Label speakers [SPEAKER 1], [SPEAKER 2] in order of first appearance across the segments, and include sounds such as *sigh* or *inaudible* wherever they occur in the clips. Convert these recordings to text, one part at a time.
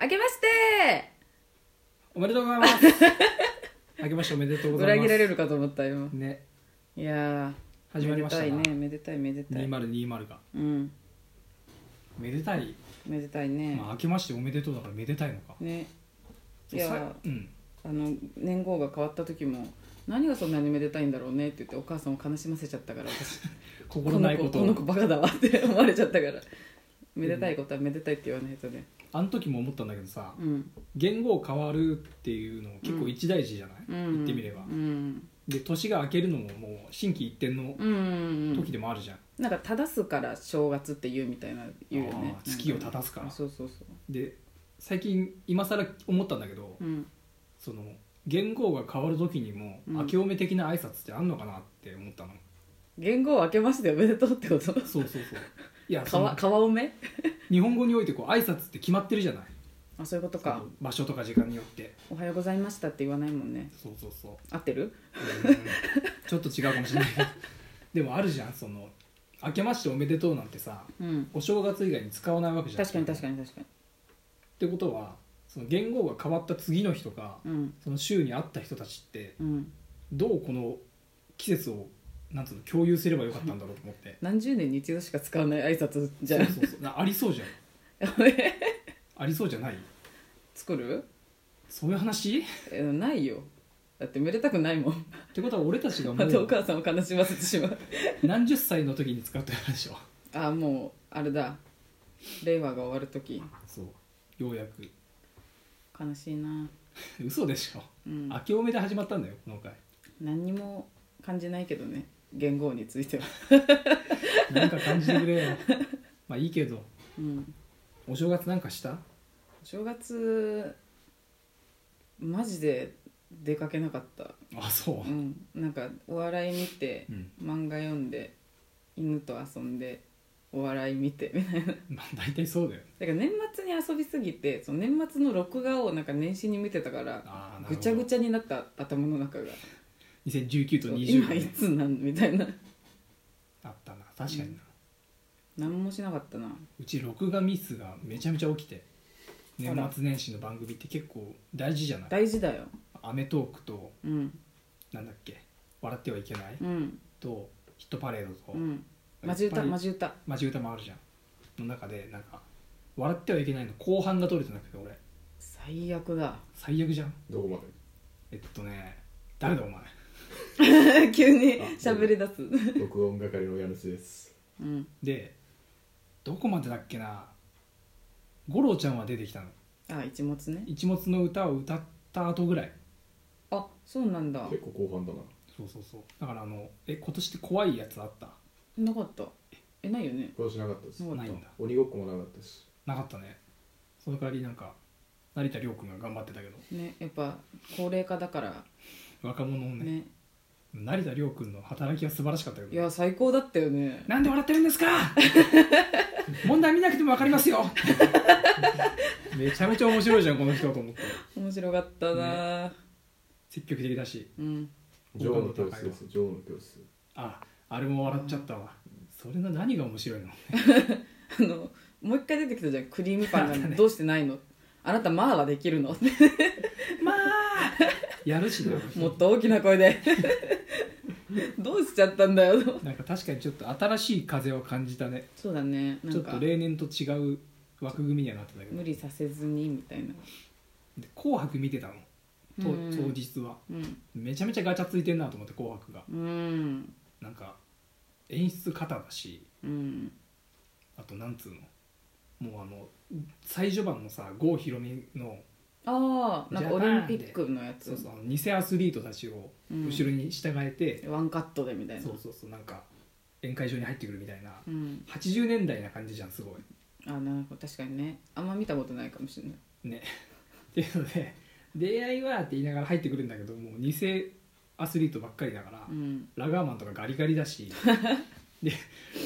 [SPEAKER 1] 明けまして
[SPEAKER 2] おめでとうございます明けましておめでとうござ
[SPEAKER 1] 裏
[SPEAKER 2] います
[SPEAKER 1] 切られるかと思ったよ
[SPEAKER 2] ね
[SPEAKER 1] いやー
[SPEAKER 2] 始まりましたな
[SPEAKER 1] めでたいねめでたいめでたい
[SPEAKER 2] 2020が
[SPEAKER 1] うん
[SPEAKER 2] めでたい、
[SPEAKER 1] めでたいね、
[SPEAKER 2] まあ、明けましておめでとうだからめでたいのか
[SPEAKER 1] ねい
[SPEAKER 2] さ
[SPEAKER 1] や
[SPEAKER 2] うん
[SPEAKER 1] あの年号が変わった時も何がそんなにめでたいんだろうねって言ってお母さんを悲しませちゃったから私こ
[SPEAKER 2] 心な
[SPEAKER 1] の
[SPEAKER 2] い
[SPEAKER 1] 子
[SPEAKER 2] こと
[SPEAKER 1] この子バカだわって思われちゃったからめでたいことはめでたいって言わないとね
[SPEAKER 2] あの時も思ったんだけどさ
[SPEAKER 1] うん
[SPEAKER 2] 言語変わるっていうの結構一大事じゃない、
[SPEAKER 1] うん
[SPEAKER 2] 言ってみれば
[SPEAKER 1] うん
[SPEAKER 2] で年が明けるのももう心機一転の
[SPEAKER 1] うんうん
[SPEAKER 2] 時でもあるじゃん、
[SPEAKER 1] なんか正すから正月って言うみたいな言うよね
[SPEAKER 2] あー月を正すから
[SPEAKER 1] そうそうそ
[SPEAKER 2] で最近今更思ったんだけど
[SPEAKER 1] ううん
[SPEAKER 2] その言語が変わる時にも
[SPEAKER 1] うん
[SPEAKER 2] 明けおめ的な挨拶ってあんのかなって思ったの、
[SPEAKER 1] 言語を明けましておめでとうってこと
[SPEAKER 2] そうそうそういやその
[SPEAKER 1] 川川おめ
[SPEAKER 2] 日本語においてこう挨拶って決まってるじゃない
[SPEAKER 1] あそういうことか
[SPEAKER 2] その場所とか時間によって
[SPEAKER 1] おはようございましたって言わないもんね
[SPEAKER 2] そうそうそう
[SPEAKER 1] 合ってる
[SPEAKER 2] うんちょっと違うかもしれないけど *laughs* でもあるじゃんその「明けましておめでとう」なんてさ
[SPEAKER 1] うん
[SPEAKER 2] お正月以外に使わないわけじゃん
[SPEAKER 1] 確かに確か
[SPEAKER 2] にっ
[SPEAKER 1] に確かに
[SPEAKER 2] てことはその言語が変わった次の日とか
[SPEAKER 1] うん
[SPEAKER 2] その週に会った人たちって
[SPEAKER 1] うん
[SPEAKER 2] どうこの季節をなんつうの共有すればよかったんだろうと思って
[SPEAKER 1] 何十年に一度しか使わない挨拶じゃん
[SPEAKER 2] そうそうそうなありそうじゃん
[SPEAKER 1] *laughs*
[SPEAKER 2] ありそうじゃない
[SPEAKER 1] 作る
[SPEAKER 2] そういう話っ
[SPEAKER 1] えないよだってめでたくないもん
[SPEAKER 2] てことは俺たちがも
[SPEAKER 1] またお
[SPEAKER 2] う
[SPEAKER 1] 母さんを悲しませてしまう
[SPEAKER 2] 何十歳の時に使ってるでしょ
[SPEAKER 1] あもうあれだ令和が終わる時
[SPEAKER 2] そうようやく *laughs*
[SPEAKER 1] 悲しいな
[SPEAKER 2] 嘘でしょ、
[SPEAKER 1] うん
[SPEAKER 2] 明けおめで始まったんだよこの回
[SPEAKER 1] 何にも感じないけどね言語については
[SPEAKER 2] なんか感じてくれよ
[SPEAKER 1] *laughs*
[SPEAKER 2] まあいいけど
[SPEAKER 1] うん
[SPEAKER 2] お正月なんかした
[SPEAKER 1] お正月マジで出かけなかった
[SPEAKER 2] あそ
[SPEAKER 1] う、
[SPEAKER 2] う
[SPEAKER 1] んなんかお笑い見て
[SPEAKER 2] うん
[SPEAKER 1] 漫画読んで犬と遊んでお笑い見てみたいな
[SPEAKER 2] まあ大体そうだよ
[SPEAKER 1] だから年末に遊びすぎてその年末の録画をなんか年始に見てたから
[SPEAKER 2] ああなるほ
[SPEAKER 1] ぐ
[SPEAKER 2] ど
[SPEAKER 1] ちゃぐちゃになった頭の中が
[SPEAKER 2] 2019と
[SPEAKER 1] そう
[SPEAKER 2] 20
[SPEAKER 1] 今
[SPEAKER 2] が
[SPEAKER 1] い
[SPEAKER 2] ね
[SPEAKER 1] つなんみたいな
[SPEAKER 2] あったな確かにな、
[SPEAKER 1] 何もしなかったな
[SPEAKER 2] うち録画ミスがめちゃめちゃ起きて
[SPEAKER 1] あら
[SPEAKER 2] 年末年始の番組って結構大事じゃない
[SPEAKER 1] 大事だよ
[SPEAKER 2] 「アメトーーク」と
[SPEAKER 1] うん
[SPEAKER 2] なんだっけ「笑ってはいけない
[SPEAKER 1] うん」
[SPEAKER 2] と「ヒットパレード」と
[SPEAKER 1] うんマジ歌
[SPEAKER 2] いっぱい
[SPEAKER 1] マジ歌
[SPEAKER 2] マジ歌もあるじゃんの中でなんか「笑ってはいけない」の後半が取れてなくて俺
[SPEAKER 1] 最悪
[SPEAKER 2] *laughs*
[SPEAKER 1] だ
[SPEAKER 2] 最悪じゃん
[SPEAKER 3] どこまで
[SPEAKER 2] えっとね誰だお前
[SPEAKER 1] 急に喋り出す
[SPEAKER 3] 録音係の家主です
[SPEAKER 1] うん
[SPEAKER 2] でどこまでだっけな五郎ちゃんは出てきたの
[SPEAKER 1] あ一物ね
[SPEAKER 2] 一物の歌を歌った後ぐらい
[SPEAKER 1] あそうなんだ
[SPEAKER 3] 結構後半だな
[SPEAKER 2] そうそうそうだからあのえ今年って怖いやつあった
[SPEAKER 1] なかったえないよね
[SPEAKER 3] 今年なかったです
[SPEAKER 1] もう
[SPEAKER 2] ないんだ
[SPEAKER 3] 鬼ごっこもなかったし
[SPEAKER 2] なかったねその代わりなんか成田凌君が頑張ってたけど
[SPEAKER 1] ねやっぱ高齢化だから
[SPEAKER 2] 若者のね
[SPEAKER 1] ね
[SPEAKER 2] 成田凌君の働きは素晴らしかったけ
[SPEAKER 1] い
[SPEAKER 2] ど
[SPEAKER 1] や最高だったよね
[SPEAKER 2] なんで笑ってるんです *laughs* か問題見なくても分かりますよめちゃめちゃ面白いじゃんこの人と思って
[SPEAKER 1] 面白かったな、
[SPEAKER 2] 積極的だし
[SPEAKER 1] うん
[SPEAKER 3] 女王の教室です女王の教室
[SPEAKER 2] ああれも笑っちゃったわそれの何が面白いの
[SPEAKER 1] あのもう一回出てきたじゃんクリームパ
[SPEAKER 2] あっ
[SPEAKER 1] ン
[SPEAKER 2] た
[SPEAKER 1] が
[SPEAKER 2] ね
[SPEAKER 1] どうしてないのあなたまあはでき
[SPEAKER 2] *laughs*
[SPEAKER 1] るの
[SPEAKER 2] まあやるしな
[SPEAKER 1] もっと大きな声
[SPEAKER 2] *laughs*
[SPEAKER 1] でどうしちゃったんだよ
[SPEAKER 2] なんか確かにちょっと新しい風を感じたね
[SPEAKER 1] そうだねな
[SPEAKER 2] ちょ
[SPEAKER 1] ん
[SPEAKER 2] っ
[SPEAKER 1] か
[SPEAKER 2] と例年と違う枠組みにはなってたけど
[SPEAKER 1] 無理させずにみたいな
[SPEAKER 2] で紅白見てたのと
[SPEAKER 1] うん
[SPEAKER 2] 当日は
[SPEAKER 1] うん
[SPEAKER 2] めちゃめちゃガチャついてんなと思って紅白が
[SPEAKER 1] うん
[SPEAKER 2] なんか演出型だし
[SPEAKER 1] うん
[SPEAKER 2] あとなんつうのもうあの最序盤のさ郷ひろみの
[SPEAKER 1] ああなんかオリンピックのやつ
[SPEAKER 2] そうそうあの偽アスリートたちを
[SPEAKER 1] うん
[SPEAKER 2] 後ろに従えて、
[SPEAKER 1] ワンカットでみたいな
[SPEAKER 2] そうそうそうなんか宴会場に入ってくるみたいな、
[SPEAKER 1] うん
[SPEAKER 2] 80年代な感じじゃんすごい
[SPEAKER 1] あなるほど確かにねあんま見たことないかもしれない
[SPEAKER 2] ね *laughs* っていうので「出会いは」って言いながら入ってくるんだけどもう偽アスリートばっかりだから、
[SPEAKER 1] うん
[SPEAKER 2] ラガーマンとかガリガリだしで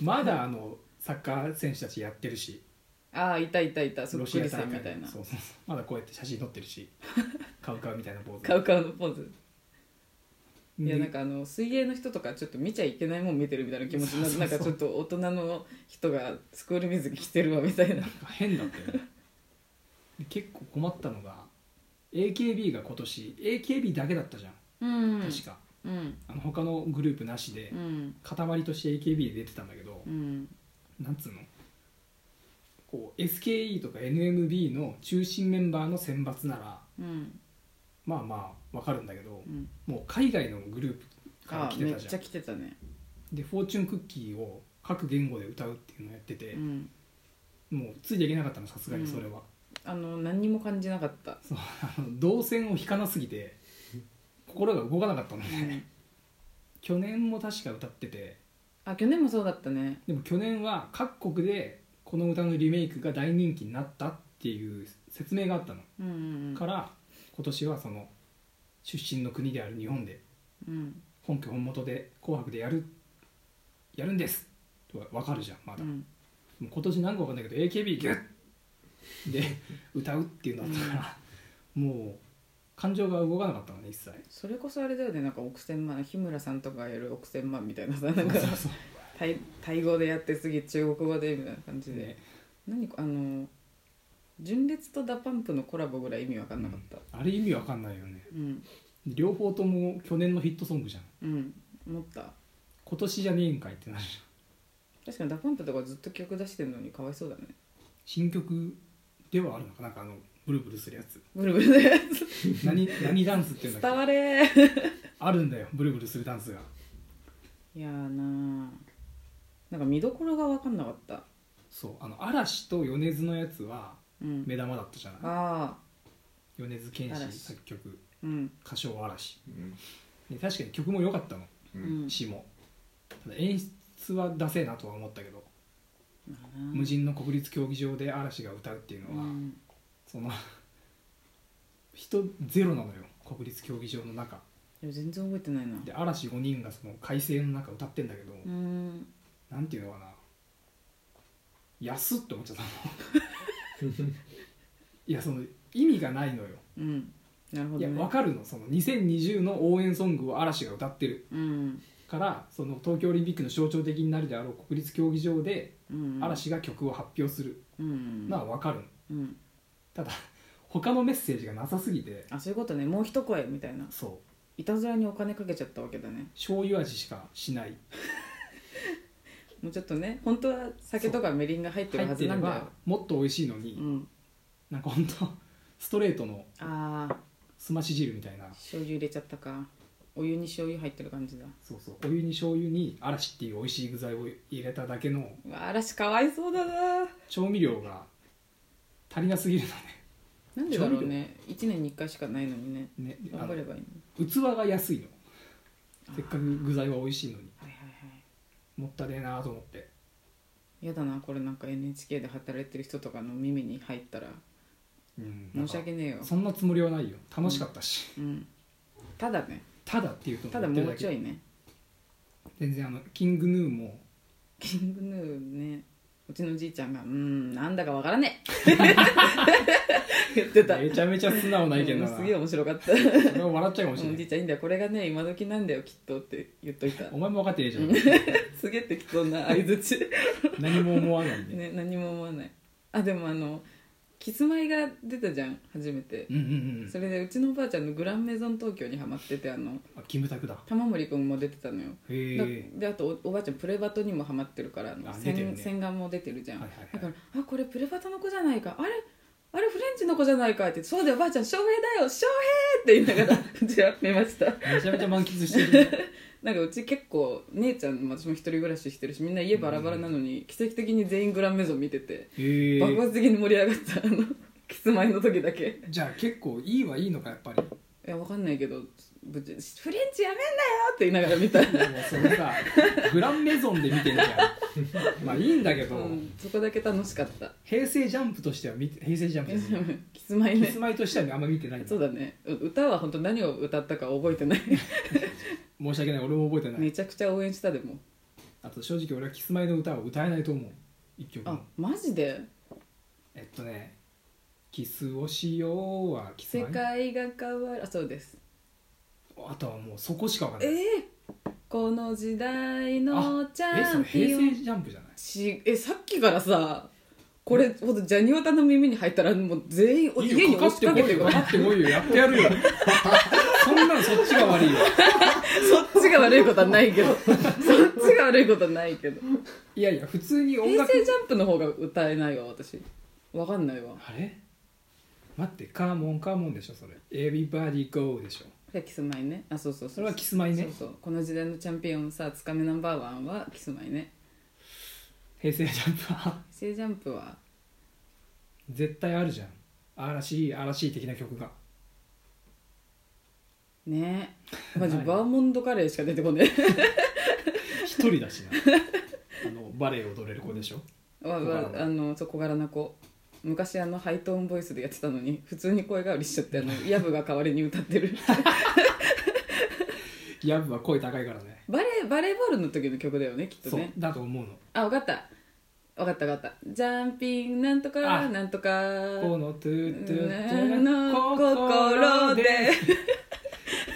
[SPEAKER 2] まだあのサッカー選手たちやってるし
[SPEAKER 1] ああいたいたいたそっ
[SPEAKER 2] ロ
[SPEAKER 1] く
[SPEAKER 2] シア
[SPEAKER 1] り
[SPEAKER 2] 大
[SPEAKER 1] さ
[SPEAKER 2] 会
[SPEAKER 1] んみたいな
[SPEAKER 2] そうそうそうまだこうやって写真撮って
[SPEAKER 1] *laughs*
[SPEAKER 2] るしカウカウみたいなポーズ
[SPEAKER 1] カウカウのポーズいや
[SPEAKER 2] で
[SPEAKER 1] なんかあの水泳の人とかちょっと見ちゃいけないもん見てるみたいな気持ちになって
[SPEAKER 2] そ
[SPEAKER 1] な
[SPEAKER 2] うんそう
[SPEAKER 1] か
[SPEAKER 2] そ
[SPEAKER 1] ちょ
[SPEAKER 2] う
[SPEAKER 1] っと大人の人がスクール水着着てるわみたいな
[SPEAKER 2] なんか変だったよねで結構困ったのが AKB が今年 AKB だけだったじゃん
[SPEAKER 1] うん
[SPEAKER 2] 確か、
[SPEAKER 1] うん
[SPEAKER 2] あの他のグループなしで
[SPEAKER 1] うん
[SPEAKER 2] 塊として AKB で出てたんだけど、
[SPEAKER 1] うん
[SPEAKER 2] なんつうのこう SKE とか NMB の中心メンバーの選抜なら
[SPEAKER 1] うん
[SPEAKER 2] まあまあわかるんだけど
[SPEAKER 1] うん
[SPEAKER 2] もう海外のグループから
[SPEAKER 1] あ
[SPEAKER 2] 来
[SPEAKER 1] め
[SPEAKER 2] て
[SPEAKER 1] ったち
[SPEAKER 2] じゃ
[SPEAKER 1] ゃ
[SPEAKER 2] ん
[SPEAKER 1] 来てたね
[SPEAKER 2] で「フォーチュンクッキー」を各言語で歌うっていうのをやってて
[SPEAKER 1] う、ん
[SPEAKER 2] もうついていけなかったのさすがにそれは、
[SPEAKER 1] あの何にも感じなかった
[SPEAKER 2] そうあの動線を引かなすぎて心が動かなかったのね、去年も確か歌ってて
[SPEAKER 1] あ去年もそうだったね
[SPEAKER 2] でも去年は各国でこの歌のリメイクが大人気になったっていう説明があったの、
[SPEAKER 1] うんうんう
[SPEAKER 2] か
[SPEAKER 1] ん
[SPEAKER 2] ら今年はその出身の国である日本で
[SPEAKER 1] うん
[SPEAKER 2] 本家本元で「紅白」でやるやるんですとか分かるじゃんまだ、
[SPEAKER 1] うん
[SPEAKER 2] もう今年なんかわかんないけど AKB ギュッで歌うっていうのだったから、もう感情が動かなかったのね一切
[SPEAKER 1] それこそあれだよねなんか億千万日村さんとかやる億千万みたいなさな
[SPEAKER 2] そ
[SPEAKER 1] ん
[SPEAKER 2] う
[SPEAKER 1] か
[SPEAKER 2] そうそ
[SPEAKER 1] タイタイ語でやって次中国語でみたいな感じ
[SPEAKER 2] う
[SPEAKER 1] で、
[SPEAKER 2] ね
[SPEAKER 1] 何かあの純烈とダパンプのコラボぐらい意味わかんなかった
[SPEAKER 2] あれ意味わかんないよね
[SPEAKER 1] うん
[SPEAKER 2] 両方とも去年のヒットソングじゃん
[SPEAKER 1] うん思った
[SPEAKER 2] 今年じゃねえんかいってなるじゃん
[SPEAKER 1] 確かにダパンプとかずっと曲出してるのにかわいそうだね
[SPEAKER 2] 新曲ではあるのかなんかあのブルブルするやつ *laughs*
[SPEAKER 1] ブルブルのや
[SPEAKER 2] 何何ダンスっていうん
[SPEAKER 1] つ
[SPEAKER 2] だ
[SPEAKER 1] 伝わ
[SPEAKER 2] っけ
[SPEAKER 1] れー
[SPEAKER 2] あるんだよブルブルするダンスが
[SPEAKER 1] いやーなーなんか見どころが分かんなかった
[SPEAKER 2] そうあの嵐と米津のやつは
[SPEAKER 1] うん
[SPEAKER 2] 目玉だったじゃない
[SPEAKER 1] ああ
[SPEAKER 2] 米津玄師
[SPEAKER 1] 嵐
[SPEAKER 2] 作曲
[SPEAKER 1] うん
[SPEAKER 2] 歌唱嵐
[SPEAKER 3] うん
[SPEAKER 2] で確かに曲も良かったの
[SPEAKER 3] う
[SPEAKER 1] うんん
[SPEAKER 2] 詩もただ演出はダセえなとは思ったけど、
[SPEAKER 1] まあな
[SPEAKER 2] 無人の国立競技場で嵐が歌うっていう
[SPEAKER 1] う
[SPEAKER 2] のは、
[SPEAKER 1] ん
[SPEAKER 2] その人ゼロなのよ国立競技場の中
[SPEAKER 1] いや全然覚えてないな
[SPEAKER 2] で嵐5人がその快晴の中歌ってんだけど、
[SPEAKER 1] うん
[SPEAKER 2] なんていうのかな安っって思っちゃったの
[SPEAKER 1] *laughs*
[SPEAKER 2] いやその意味がないのよ、
[SPEAKER 1] うんなるほ
[SPEAKER 2] い
[SPEAKER 1] ど
[SPEAKER 2] やわ
[SPEAKER 1] ね
[SPEAKER 2] かるのその2020の応援ソングを嵐が歌ってる
[SPEAKER 1] うん
[SPEAKER 2] からその東京オリンピックの象徴的になるであろう国立競技場で
[SPEAKER 1] うん
[SPEAKER 2] 嵐が曲を発表する
[SPEAKER 1] うん
[SPEAKER 2] のは分かるの
[SPEAKER 1] うん
[SPEAKER 2] ただ他のメッセージがなさすぎて
[SPEAKER 1] あそういうことねもう一声みたいな
[SPEAKER 2] そう
[SPEAKER 1] いたずらにお金かけちゃったわけだね
[SPEAKER 2] 醤油味しかしない
[SPEAKER 1] もうちょっとね本当は酒とかみりんが入って
[SPEAKER 2] 入
[SPEAKER 1] るは
[SPEAKER 2] って
[SPEAKER 1] ず
[SPEAKER 2] れ
[SPEAKER 1] なんだよ
[SPEAKER 2] ばもっと美味しいのに、
[SPEAKER 1] うん
[SPEAKER 2] なんかほんとストレートの
[SPEAKER 1] ああ
[SPEAKER 2] すまし汁みたいな
[SPEAKER 1] 醤油入れちゃったかお湯に醤油入ってる感じだ
[SPEAKER 2] そうそうお湯に醤油に嵐っていう美味しい具材を入れただけの
[SPEAKER 1] うわ嵐かわいそうだな
[SPEAKER 2] 調味料が足りなすぎるの
[SPEAKER 1] なんでだろうね1年に1回しかないのにね
[SPEAKER 2] ねねあ
[SPEAKER 1] 頑張
[SPEAKER 2] の
[SPEAKER 1] ればいいのに
[SPEAKER 2] 器が安いのせっかく具材は美味しいのに
[SPEAKER 1] はいはいはい
[SPEAKER 2] もったいねえなと思って
[SPEAKER 1] 嫌だなこれなんか NHK で働いてる人とかの耳に入ったら
[SPEAKER 2] うん
[SPEAKER 1] 申し訳ねえよ、
[SPEAKER 2] そんなつもりはないよ楽しかったし、
[SPEAKER 1] うん、ただね
[SPEAKER 2] ただっていうと
[SPEAKER 1] ただもうちょ
[SPEAKER 2] い
[SPEAKER 1] い
[SPEAKER 2] *laughs*
[SPEAKER 1] ね
[SPEAKER 2] 全然あのキングヌーも
[SPEAKER 1] キングヌーねうちのじいちゃんが「うんなんだかわから
[SPEAKER 2] *laughs*
[SPEAKER 1] ねえ」言ってた
[SPEAKER 2] めちゃめちゃ素直な意見だ
[SPEAKER 1] う
[SPEAKER 2] なん
[SPEAKER 1] すげえ面白かった
[SPEAKER 2] それは笑っちゃうかもし
[SPEAKER 1] う
[SPEAKER 2] れ
[SPEAKER 1] ん
[SPEAKER 2] な
[SPEAKER 1] じい
[SPEAKER 2] い
[SPEAKER 1] ちゃんいいんだよこれがね今時なんだよきっとって言っといた
[SPEAKER 2] お前も分かってねえじゃ
[SPEAKER 1] うん
[SPEAKER 2] ん
[SPEAKER 1] すげえ適当な相づち、
[SPEAKER 2] 何も思わないんで、
[SPEAKER 1] ね、何も思わないあでもあのキスマイが出たじゃん初めて
[SPEAKER 2] うんうんうん
[SPEAKER 1] それでうちのおばあちゃんのグランメゾン東京にハマっててあの
[SPEAKER 2] あキムタクだ
[SPEAKER 1] 玉森くんも出てたのよ
[SPEAKER 2] へ
[SPEAKER 1] だ
[SPEAKER 2] え
[SPEAKER 1] であとおおばあちゃんプレバトにもハマってるからあの
[SPEAKER 2] あ出てる
[SPEAKER 1] 洗
[SPEAKER 2] ね
[SPEAKER 1] 洗顔も出てるじゃん、
[SPEAKER 2] はいはいはい
[SPEAKER 1] だから「あこれプレバトの子じゃないかあれあれフレンチの子じゃないか」って「そうだよおばあちゃん翔平だよ翔平!」って言いながら
[SPEAKER 2] *laughs*
[SPEAKER 1] うちは見ました
[SPEAKER 2] めちゃめちゃ満喫してる
[SPEAKER 1] なんかうち結構姉ちゃんも私も一人暮らししてるしみんな家バラバラなのに、奇跡的に全員グランメゾン見てて
[SPEAKER 2] へ
[SPEAKER 1] 爆
[SPEAKER 2] え
[SPEAKER 1] 発的に盛り上がったあのキスマイの時だけ
[SPEAKER 2] じゃあ結構いいはいいのかやっぱり
[SPEAKER 1] いやわかんないけどぶちフレンチやめんなよって言いながら見た
[SPEAKER 2] でもそれさ
[SPEAKER 1] *laughs*
[SPEAKER 2] グランメゾンで見てるじゃんまあいいんだけど、
[SPEAKER 1] うん、そこだけ楽しかった
[SPEAKER 2] 平成ジャンプとしては見て平成ジャンプですね
[SPEAKER 1] *laughs* キスマイ
[SPEAKER 2] キ
[SPEAKER 1] ね
[SPEAKER 2] スマイとしてはあんま見てないんだ
[SPEAKER 1] そうだねう歌は本当何を歌ったか覚えてない
[SPEAKER 2] 申し訳ない俺も覚えてない、
[SPEAKER 1] めちゃくちゃ応援したでも
[SPEAKER 2] あと正直俺はキスマイの歌を歌えないと思う一曲
[SPEAKER 1] あ
[SPEAKER 2] も
[SPEAKER 1] マジで
[SPEAKER 2] えっとね「キスをしよう」はキス
[SPEAKER 1] 世
[SPEAKER 2] マイ
[SPEAKER 1] 界が変わるあそうです
[SPEAKER 2] あとはもうそこしかわかん
[SPEAKER 1] え
[SPEAKER 2] ない
[SPEAKER 1] ー、この時代のチ
[SPEAKER 2] え
[SPEAKER 1] ャ
[SPEAKER 2] そ
[SPEAKER 1] ン
[SPEAKER 2] れ
[SPEAKER 1] ピオ
[SPEAKER 2] 平成
[SPEAKER 1] ン
[SPEAKER 2] ジャンプじゃない
[SPEAKER 1] しえさっきからさこれほどジャニオタの耳に入ったらもう全員お家に押しかけて
[SPEAKER 2] よ
[SPEAKER 1] く
[SPEAKER 2] か
[SPEAKER 1] る
[SPEAKER 2] かってこいよやってやるよ *laughs* そんなんそっちが悪いよ
[SPEAKER 1] そっちが悪いことはないけ
[SPEAKER 2] *laughs*
[SPEAKER 1] どそっちが悪いことはないけど
[SPEAKER 2] いやいや普通に音
[SPEAKER 1] 平
[SPEAKER 2] 楽
[SPEAKER 1] 成ジャンプの方が歌えないわ私わかんないわ
[SPEAKER 2] あれ待ってカーモンカーモンでしょそれエビバディゴーでしょ
[SPEAKER 1] じゃキスマイねあそうそうそう
[SPEAKER 2] それはキスマイね
[SPEAKER 1] そうそうこの時代のチャンピオンさつかみナンバーワンはキスマイね
[SPEAKER 2] 平成ジャンプは
[SPEAKER 1] 平成ジャンプは
[SPEAKER 2] 絶対あるじゃん嵐嵐的な曲が *laughs*
[SPEAKER 1] ねマジ
[SPEAKER 2] ない
[SPEAKER 1] バーモンドカレーしか出てこね
[SPEAKER 2] 一人だし
[SPEAKER 1] *laughs*
[SPEAKER 2] なあのバレエ踊れる子でしょ
[SPEAKER 1] えわわあのそう小柄な子昔あのハイトーンボイスでやってたのに普通に声変わりしちゃってあのヤブが代わりに歌ってる
[SPEAKER 2] ヤブは声高いからね
[SPEAKER 1] バレーバレーボールの時の曲だよねきっと
[SPEAKER 2] そう
[SPEAKER 1] ね
[SPEAKER 2] だと思うの
[SPEAKER 1] あわかったわかったわかったジャンピングなんとか
[SPEAKER 2] あ
[SPEAKER 1] なんとか
[SPEAKER 2] このトゥートゥートゥー
[SPEAKER 1] の心で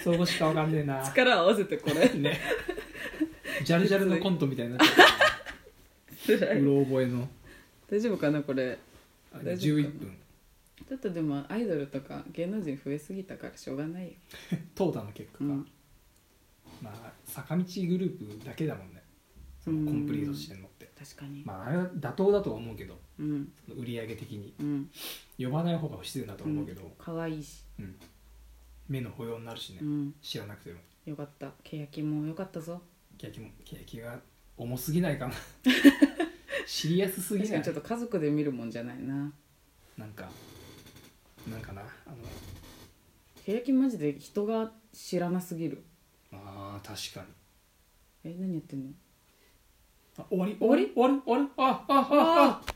[SPEAKER 2] そうしかわかんねえな
[SPEAKER 1] 力を合わせてこれ *laughs*
[SPEAKER 2] ねジャルジャルのコントみたいになっちゃううろ覚えの
[SPEAKER 1] 大丈夫かなこれ
[SPEAKER 2] あ
[SPEAKER 1] 大丈夫
[SPEAKER 2] 11分
[SPEAKER 1] ちょっとでもアイドルとか芸能人増えすぎたからしょうがないよ、
[SPEAKER 2] 淘汰の結果
[SPEAKER 1] う
[SPEAKER 2] が、
[SPEAKER 1] ん、
[SPEAKER 2] まあ坂道グループだけだもんねそのコンプリートしてんのって
[SPEAKER 1] 確かに、
[SPEAKER 2] まああれは妥当だとは思うけど
[SPEAKER 1] うん
[SPEAKER 2] その売り上げ的に
[SPEAKER 1] うん
[SPEAKER 2] 呼ばない方が不自然だと思うけど、
[SPEAKER 1] 可愛いし、
[SPEAKER 2] うん目の保養になるしね、
[SPEAKER 1] うん、
[SPEAKER 2] 知らなくても
[SPEAKER 1] よかった欅もよかったぞ
[SPEAKER 2] ケーキもケーキが重す
[SPEAKER 1] *laughs*
[SPEAKER 2] ぎないかなシリアスすぎ
[SPEAKER 1] 確か
[SPEAKER 2] ない
[SPEAKER 1] にちょっと家族で見るもんじゃないな
[SPEAKER 2] なんかなんかなあの
[SPEAKER 1] 欅マジで人が知らなすぎる
[SPEAKER 2] あー確かに
[SPEAKER 1] え何やってんの
[SPEAKER 2] ah, あ終わり終わり終わり終わりあああああ